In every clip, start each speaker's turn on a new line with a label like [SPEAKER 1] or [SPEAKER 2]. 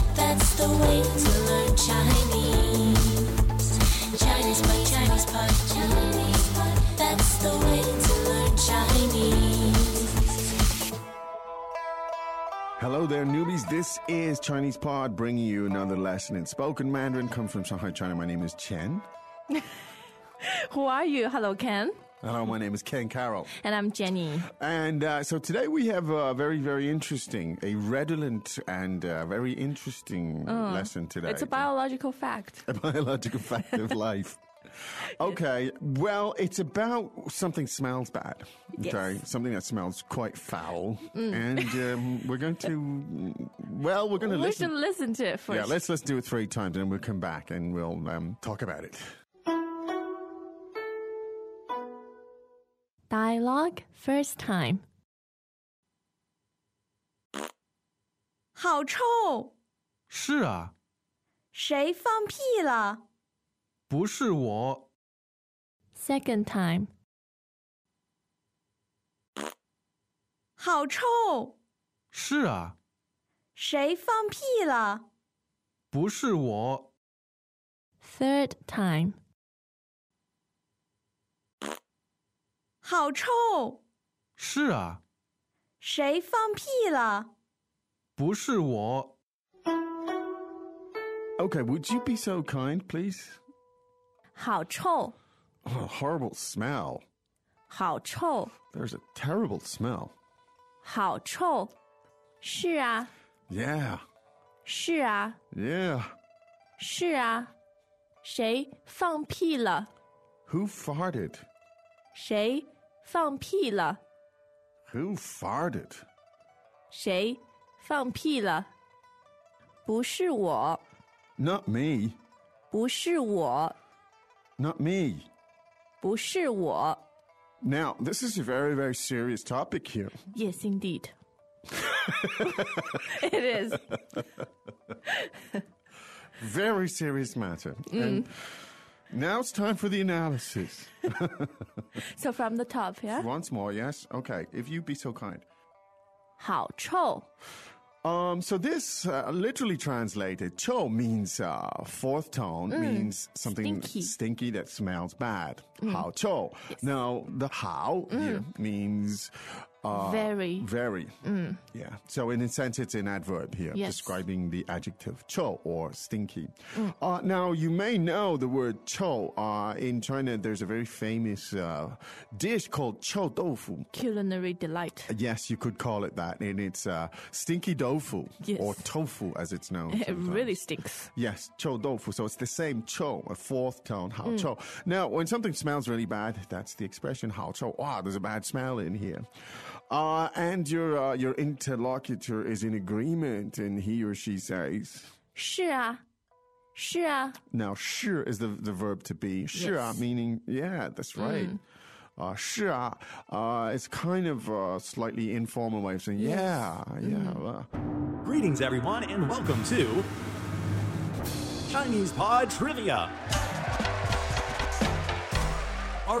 [SPEAKER 1] a way to learn Chinese. Chinese pot, Chinese pot, Chinese pot. That's the way to learn Chinese.
[SPEAKER 2] Hello there, newbies. This is Chinese Pod bringing you another lesson in spoken Mandarin. Come from Shanghai, China. My name is Chen.
[SPEAKER 3] Who are you? Hello, Ken.
[SPEAKER 2] Hello, my name is Ken Carroll.
[SPEAKER 3] And I'm Jenny.
[SPEAKER 2] And uh, so today we have a very, very interesting, a redolent and uh, very interesting lesson today.
[SPEAKER 3] It's a biological fact.
[SPEAKER 2] a biological fact of life. Okay, well, it's about something smells bad. Okay, something that smells quite foul, and um, we're going to, well, we're going to
[SPEAKER 3] We
[SPEAKER 2] listen.
[SPEAKER 3] should listen to it first.
[SPEAKER 2] Yeah, let's let's do it three times, and then we'll come back and we'll um, talk about it.
[SPEAKER 3] Dialogue first time.
[SPEAKER 4] 好臭！
[SPEAKER 5] 是啊，
[SPEAKER 4] 谁放屁了？
[SPEAKER 5] 不是我，
[SPEAKER 3] Second time.
[SPEAKER 4] 好臭！
[SPEAKER 5] 是啊，
[SPEAKER 4] 谁放屁了？
[SPEAKER 5] 不是我，
[SPEAKER 3] Third time.
[SPEAKER 4] 好臭！
[SPEAKER 5] 是啊，
[SPEAKER 4] 谁放屁了？
[SPEAKER 5] 不是我，
[SPEAKER 2] Okay, would you be so kind, please?
[SPEAKER 3] 好臭,
[SPEAKER 2] Oh, horrible smell.
[SPEAKER 3] 好臭,
[SPEAKER 2] There's a terrible smell.
[SPEAKER 3] 好臭.是啊,
[SPEAKER 2] Yeah,
[SPEAKER 3] 是啊,
[SPEAKER 2] yeah.
[SPEAKER 3] 是啊.谁放屁了?
[SPEAKER 2] Who farted?
[SPEAKER 3] 谁放屁了?
[SPEAKER 2] Who farted?
[SPEAKER 3] 谁放屁了?不是我,
[SPEAKER 2] Not me.
[SPEAKER 3] 不是我,
[SPEAKER 2] Not me.
[SPEAKER 3] 不是我.
[SPEAKER 2] Now, this is a very, very serious topic here.
[SPEAKER 3] Yes, indeed. it is.
[SPEAKER 2] Very serious matter. And now it's time for the analysis.
[SPEAKER 3] So from the top, yeah?
[SPEAKER 2] Once more, yes? Okay, if you'd be so kind.
[SPEAKER 3] 好臭,
[SPEAKER 2] Um, so this uh, literally translated, cho means uh, fourth tone, means something
[SPEAKER 3] Mm. Stinky. Mm.
[SPEAKER 2] that smells bad. Hao cho. Now the how here means uh,
[SPEAKER 3] Very. Mm.
[SPEAKER 2] very. Yeah. So in a sense, it's an adverb here
[SPEAKER 3] Yes. Mm.
[SPEAKER 2] describing the adjective cho or stinky. Uh, now you may know the word cho. Uh, in China, there's a very famous uh, dish called cho tofu.
[SPEAKER 3] culinary delight.
[SPEAKER 2] Yes, you could call it that. And it's uh, stinky tofu
[SPEAKER 3] Yes.
[SPEAKER 2] or tofu as it's known.
[SPEAKER 3] It
[SPEAKER 2] sometimes.
[SPEAKER 3] really stinks.
[SPEAKER 2] Yes, cho tofu. So it's the same cho, a fourth tone, hao
[SPEAKER 3] Mm.
[SPEAKER 2] cho. Now, when something smells really bad, that's the expression hao cho. Wow, there's a bad smell in here. Uh, and your uh, your interlocutor is in agreement, and he or she says,
[SPEAKER 3] 是啊,是啊,
[SPEAKER 2] now, sure is the, the verb to be. Sure,
[SPEAKER 3] Yes.
[SPEAKER 2] meaning, yeah, that's right. Uh, sure, uh, it's kind of a slightly informal way of saying, yeah, yeah. well.
[SPEAKER 6] Greetings, everyone, and welcome to Chinese Pod Trivia. Our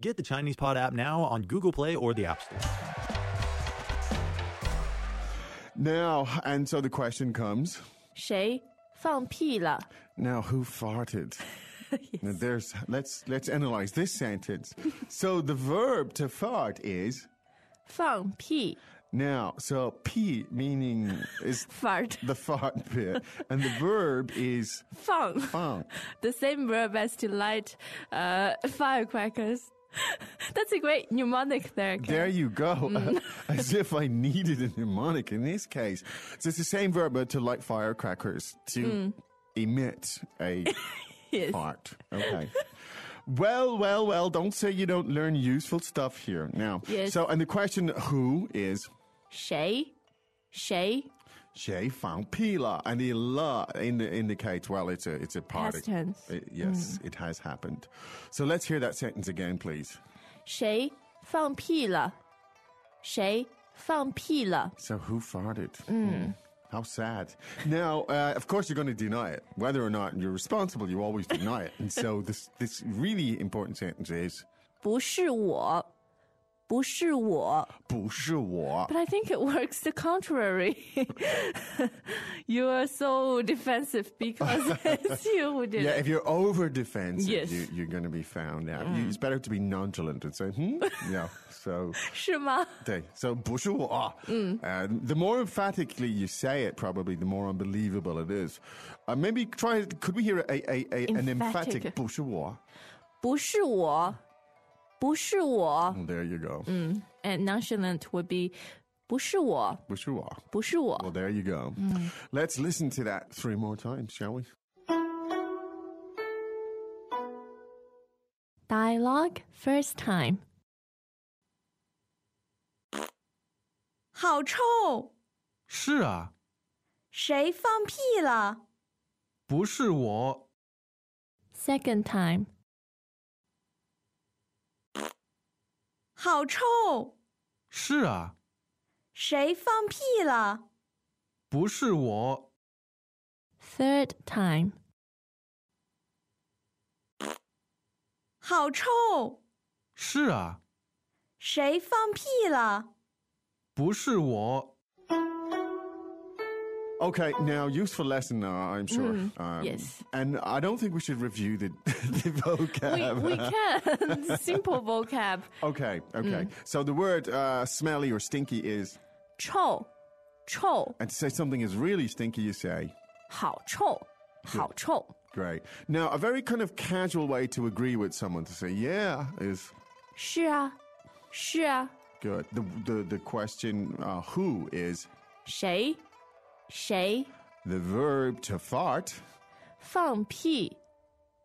[SPEAKER 6] Get the Chinese Pod app now on Google Play or the App Store.
[SPEAKER 2] Now, and so the question comes,
[SPEAKER 3] 谁放屁了?
[SPEAKER 2] now who farted? Now, there's let's let's analyze this sentence. so the verb to fart is
[SPEAKER 3] 放屁,
[SPEAKER 2] now. So p meaning is
[SPEAKER 3] fart,
[SPEAKER 2] the fart bit, and the verb is
[SPEAKER 3] 放,
[SPEAKER 2] fang.
[SPEAKER 3] the same verb as to light uh, firecrackers. That's a great mnemonic there. Ken.
[SPEAKER 2] There you go.
[SPEAKER 3] Mm.
[SPEAKER 2] As if I needed a mnemonic in this case. So it's the same verb, but to light firecrackers, to
[SPEAKER 3] Mm.
[SPEAKER 2] emit a
[SPEAKER 3] Yes.
[SPEAKER 2] fart. Okay. Well, well, well, don't say you don't learn useful stuff here. Now,
[SPEAKER 3] Yes.
[SPEAKER 2] so, and the question who is
[SPEAKER 3] 谁,谁,
[SPEAKER 2] She found Pila, and the la in indicates well, it's a it's a party.
[SPEAKER 3] tense. Mm.
[SPEAKER 2] Uh, yes, it has happened. So let's hear that sentence again, please.
[SPEAKER 3] 谁放屁了？谁放屁了？
[SPEAKER 2] So who farted? Mm. How sad. Now, uh, of course, you're going to deny it, whether or not you're responsible. You always deny it, and so this this really important sentence is
[SPEAKER 3] 不是我，不是我。
[SPEAKER 2] 不是我.
[SPEAKER 3] But I think it works the contrary. you are so defensive because it's you who did
[SPEAKER 2] Yeah,
[SPEAKER 3] it.
[SPEAKER 2] if you're over defensive,
[SPEAKER 3] Yes.
[SPEAKER 2] you, you're going to be found out. You, it's better to be nonchalant and say, hmm? yeah. So,
[SPEAKER 3] 是吗？
[SPEAKER 2] 对, so 不是我. Uh, the more emphatically you say it, probably the more unbelievable it is. Uh, maybe try, could we hear a, a, a, an emphatic
[SPEAKER 3] Emphatic.
[SPEAKER 2] 不是我?
[SPEAKER 3] 不是我，不是我。
[SPEAKER 2] Well, there you go.
[SPEAKER 3] And nonchalant would be 不是我，
[SPEAKER 2] 不是我.
[SPEAKER 3] 不是
[SPEAKER 2] Well,
[SPEAKER 3] 我。
[SPEAKER 2] there you go.
[SPEAKER 3] Mm.
[SPEAKER 2] Let's listen to that three more times, shall we?
[SPEAKER 3] Dialogue first time.
[SPEAKER 4] 好臭！
[SPEAKER 5] 是啊，
[SPEAKER 4] 谁放屁了？
[SPEAKER 5] 不是我，
[SPEAKER 3] Second time.
[SPEAKER 4] 好臭！
[SPEAKER 5] 是啊，
[SPEAKER 4] 谁放屁了？
[SPEAKER 5] 不是我，
[SPEAKER 3] Third time.
[SPEAKER 4] 好臭！
[SPEAKER 5] 是啊，
[SPEAKER 4] 谁放屁了？
[SPEAKER 5] 不是我，
[SPEAKER 2] Okay, now useful lesson, uh, I'm sure. Um,
[SPEAKER 3] Mm, yes.
[SPEAKER 2] And I don't think we should review the, the
[SPEAKER 3] We,
[SPEAKER 2] vocab.
[SPEAKER 3] we can. Mm. Simple vocab.
[SPEAKER 2] Okay, okay. So the word uh, smelly or stinky is,
[SPEAKER 3] 臭，臭，
[SPEAKER 2] and to say something is really stinky, you say,
[SPEAKER 3] 好臭，好臭。
[SPEAKER 2] great. Now, a very kind of casual way to agree with someone to say, yeah, is
[SPEAKER 3] 是啊，是啊。
[SPEAKER 2] good. The, the, the question, uh, who, is
[SPEAKER 3] 谁，谁
[SPEAKER 2] the verb to fart.
[SPEAKER 3] 放屁，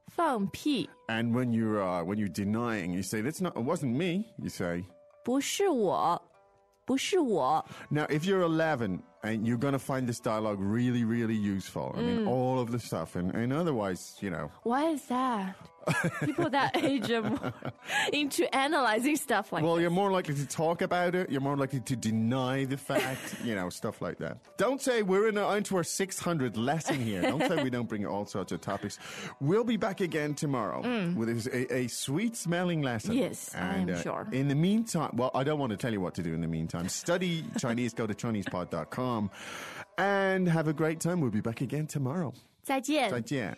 [SPEAKER 3] 放屁，
[SPEAKER 2] And when you're, uh, when you're denying, you say, that's not, it wasn't me, you say.
[SPEAKER 3] 不是我，不是我。
[SPEAKER 2] Now, if you're 11 and you're going to find this dialogue really, really useful, I
[SPEAKER 3] Mm.
[SPEAKER 2] mean, all of the stuff, and, and otherwise, you know,
[SPEAKER 3] Why is that? People that age are more into analyzing stuff like
[SPEAKER 2] well,
[SPEAKER 3] that.
[SPEAKER 2] you're more likely to talk about it. You're more likely to deny the fact, you know, stuff like that. Don't say we're in our, into our 600 lesson here. Don't say we don't bring all sorts of topics. We'll be back again tomorrow with a, a sweet smelling lesson.
[SPEAKER 3] Mm. Yes, I
[SPEAKER 2] And, uh,
[SPEAKER 3] am sure.
[SPEAKER 2] In the meantime, well, I don't want to tell you what to do in the meantime. Study Chinese, go to ChinesePod.com and have a great time. We'll be back again tomorrow.
[SPEAKER 3] 再见。
[SPEAKER 2] 再见.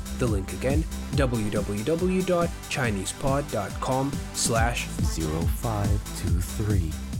[SPEAKER 7] The link again, www.chinesepod.com slash
[SPEAKER 8] 0523